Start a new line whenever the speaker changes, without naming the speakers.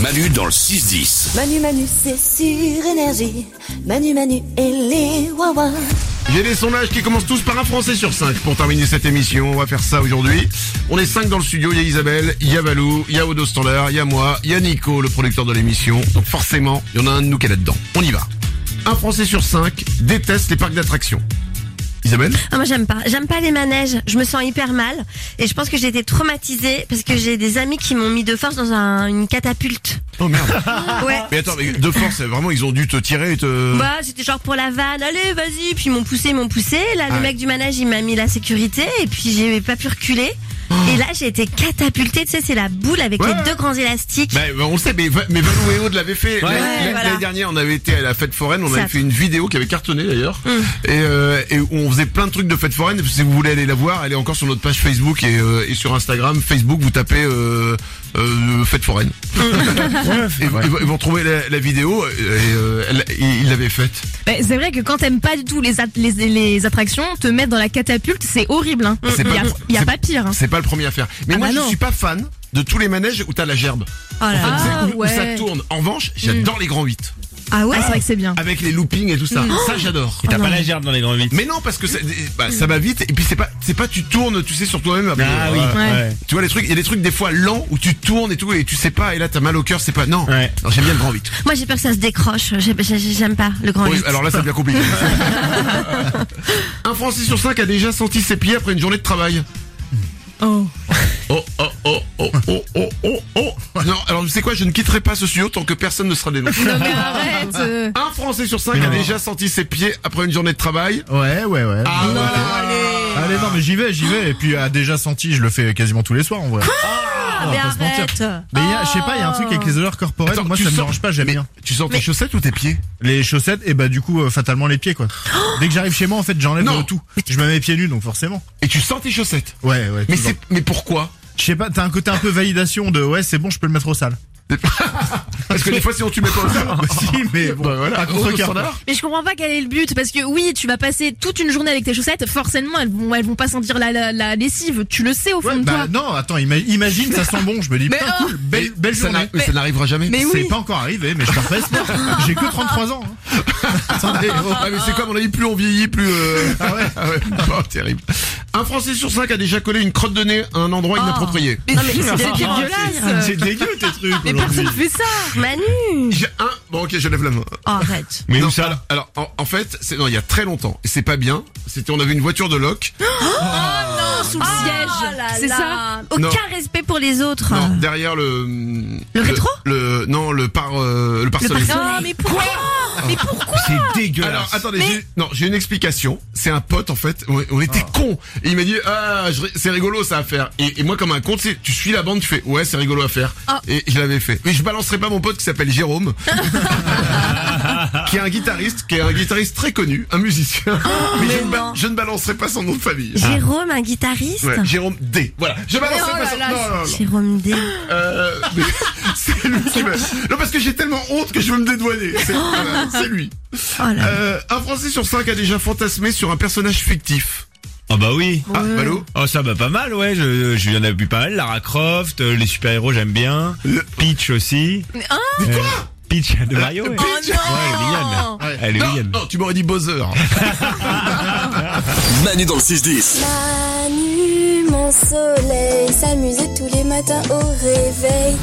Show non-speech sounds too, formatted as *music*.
Manu dans le 6-10.
Manu Manu, c'est sur énergie. Manu Manu et les Wawa.
J'ai des sondages qui commencent tous par un Français sur 5 pour terminer cette émission. On va faire ça aujourd'hui. On est 5 dans le studio. Il y a Isabelle, il y a Valou, il y a Odo Standard, il y a moi, il y a Nico, le producteur de l'émission. Donc forcément, il y en a un de nous qui est là-dedans. On y va. Un Français sur 5 déteste les parcs d'attractions. Isabelle
Ah, moi j'aime pas, j'aime pas les manèges, je me sens hyper mal et je pense que j'ai été traumatisée parce que j'ai des amis qui m'ont mis de force dans un- une catapulte.
Oh merde.
Ouais.
Mais attends, mais de force, vraiment, ils ont dû te tirer et te...
Bah, c'était genre pour la vanne, allez, vas-y, puis ils m'ont poussé, ils m'ont poussé. Là, le
Ah ouais.
mec du manège, il m'a mis la sécurité et puis j'ai pas pu reculer. Et là, j'ai été catapultée, tu sais, c'est la boule avec
Ouais.
les deux grands élastiques.
Bah, bah, on le sait, mais, Va- mais Valou et Aude l'avaient fait. L'année l'année
voilà.
dernière, on avait été à la fête foraine, on
Ça
avait
a-
fait une vidéo qui avait cartonné d'ailleurs,
Hum.
et, euh, et où on faisait plein de trucs de fête foraine. Si vous voulez aller la voir, elle est encore sur notre page Facebook et, euh, et sur Instagram. Facebook, vous tapez euh, euh, fête foraine.
Hum.
*laughs* et, vous- et vous- ils vont trouver la, la vidéo, et euh, elle- et ils l'avaient faite.
Ben, c'est vrai que quand t'aimes pas du tout les, at- les, les attractions, te mettre dans la catapulte, c'est horrible. Hein.
C'est
Il y a,
pas-
il y a
c'est-
pas pire. hein.
C'est pas le premier à faire. Mais
Ah
moi,
bah
je
non.
suis pas fan de tous les manèges où t'as la gerbe.
Oh là là.
Ah,
C'est où, où
ouais. Hum.
ça tourne. En revanche, j'adore les grands 8.
Ah ouais, c'est vrai que c'est bien.
Avec les loopings et tout ça.
Hum.
Ça, j'adore.
Et t'as pas la gerbe dans les grands vitres.
Mais non, parce que ça, bah, ça va vite. Et puis c'est pas, c'est pas, tu tournes, tu sais, sur toi-même. après.
Ah oui,
Ouais.
ouais.
Tu vois les trucs, il y a des trucs des fois lents où tu tournes et tout et tu sais pas et là t'as mal au cœur, c'est pas non.
Ouais.
Non, J'aime bien le grand vite.
Moi, j'ai peur que ça se décroche, J'ai- j'ai- j'aime pas le grand
Oui,
huit.
alors là ça devient compliqué. Un Français sur cinq a déjà senti ses pieds après une journée de travail.
Oh.
Oh oh oh oh oh oh oh oh. Non, alors tu sais quoi, je ne quitterai pas ce studio tant que personne ne sera dénoncé.
Non mais arrête. euh.
Un Français sur cinq a déjà senti ses pieds après une journée de travail.
Ouais, ouais, ouais.
Ah,
Ouais,
voilà.
ouais. Allez, non, mais j'y vais, j'y vais. Et puis, ah, déjà senti, je le fais quasiment tous les soirs, en vrai.
Ah,
on
mais
va pas se mentir.
arrête.
Mais il y a- je sais pas, il y a un truc avec les odeurs corporelles.
Attends,
moi,
tu
ça me
sens-
dérange pas, j'aime
Mais
bien.
tu sens tes chaussettes ou tes pieds
Les chaussettes, et bah, du coup, euh, fatalement les pieds, quoi. Dès que j'arrive chez moi, en fait, j'enlève
Non.
euh, tout. Je me mets pieds nus, donc forcément.
Et tu sens tes chaussettes.
Ouais, ouais.
Mais
toujours.
c'est, mais pourquoi
Je sais pas, t'as un côté un peu validation de ouais, c'est bon, je peux le mettre
*laughs*
au sale.
Parce que des fois, sinon tu mets pas *laughs* au sale.
*laughs* si, mais bon,
Bah voilà,
à
au
contre-cœur,
standard.
quoi.
Mais je comprends pas quel est le but parce que oui, tu vas passer toute une journée avec tes chaussettes, forcément elles vont elles vont pas sentir la, la, la lessive, tu le sais au fond
Ouais,
de toi.
bah non, attends, ima- imagine, ça sent bon. Je me dis, putain, cool, belle,
Mais
belle
ça
journée.
n'a- mais ça n'arrivera jamais.
Mais
C'est
oui.
pas encore arrivé, mais je t'en fais espoir. J'ai que 33 ans. hein. Attendez, oh.
Ah, mais c'est quoi, à mon avis, plus on vieillit, plus. euh,
Ah ouais.
*laughs* Ah ouais, oh, terrible. Un Français sur cinq a déjà collé une crotte de nez à un endroit inapproprié.
Mais c'est dégueulasse.
C'est dégueu tes trucs.
Mais
aujourd'hui.
personne fait ça.
Manu.
J'ai un. Bon, ok, je lève la main.
Oh, arrête.
Mais
Non,
où ça
alors- Alors, en, en fait, c'est non, il y a très longtemps. Et c'est pas bien. C'était, on avait une voiture de loc.
Sous le
Ah
siège. C'est ça.
Aucun
Non.
respect pour les autres.
Non, derrière le. mm, Le,
Ah. rétro
Le non, le par euh, le pare-soleil.
Ah mais pourquoi
C'est dégueulasse.
ah, Alors attendez, j'ai- non, j'ai une explication. C'est un pote en fait. On, on était cons. Et il m'a dit ah je- c'est rigolo ça à faire. Et, et moi comme un con, tu sais, tu suis la bande, tu fais ouais c'est rigolo à faire. Et je l'avais fait. Mais je balancerai pas mon pote qui s'appelle Jérôme, qui est un guitariste, qui est un guitariste très connu, un musicien. mais je, ne ba- je ne balancerai pas son nom de famille.
Jérôme, un guitariste.
Ouais, Jérôme D. Voilà. Je balancerai pas son nom. Non, non, non.
Jérôme D.
Euh, mais *laughs* c'est lui qui m'a. Non parce que j'ai tellement honte que je veux me dédouaner. C'est voilà, c'est lui.
Oh là là.
Euh, un Français sur cinq a déjà fantasmé sur un personnage fictif.
Ah bah oui.
Ah, Malo
Oh ça bah pas mal ouais, je, je, il y en a plus pas mal, Lara Croft, euh, les super-héros j'aime bien, Peach aussi. Euh,
Dis hein quoi
Peach *laughs* de Mario ouais.
Peach Oh
Ouais, elle est mignonne. Elle est
non,
mignonne.
non, tu m'aurais dit Bowser. hein.
Manu dans le 6-10.
Manu, mon soleil, s'amuser tous les matins au réveil.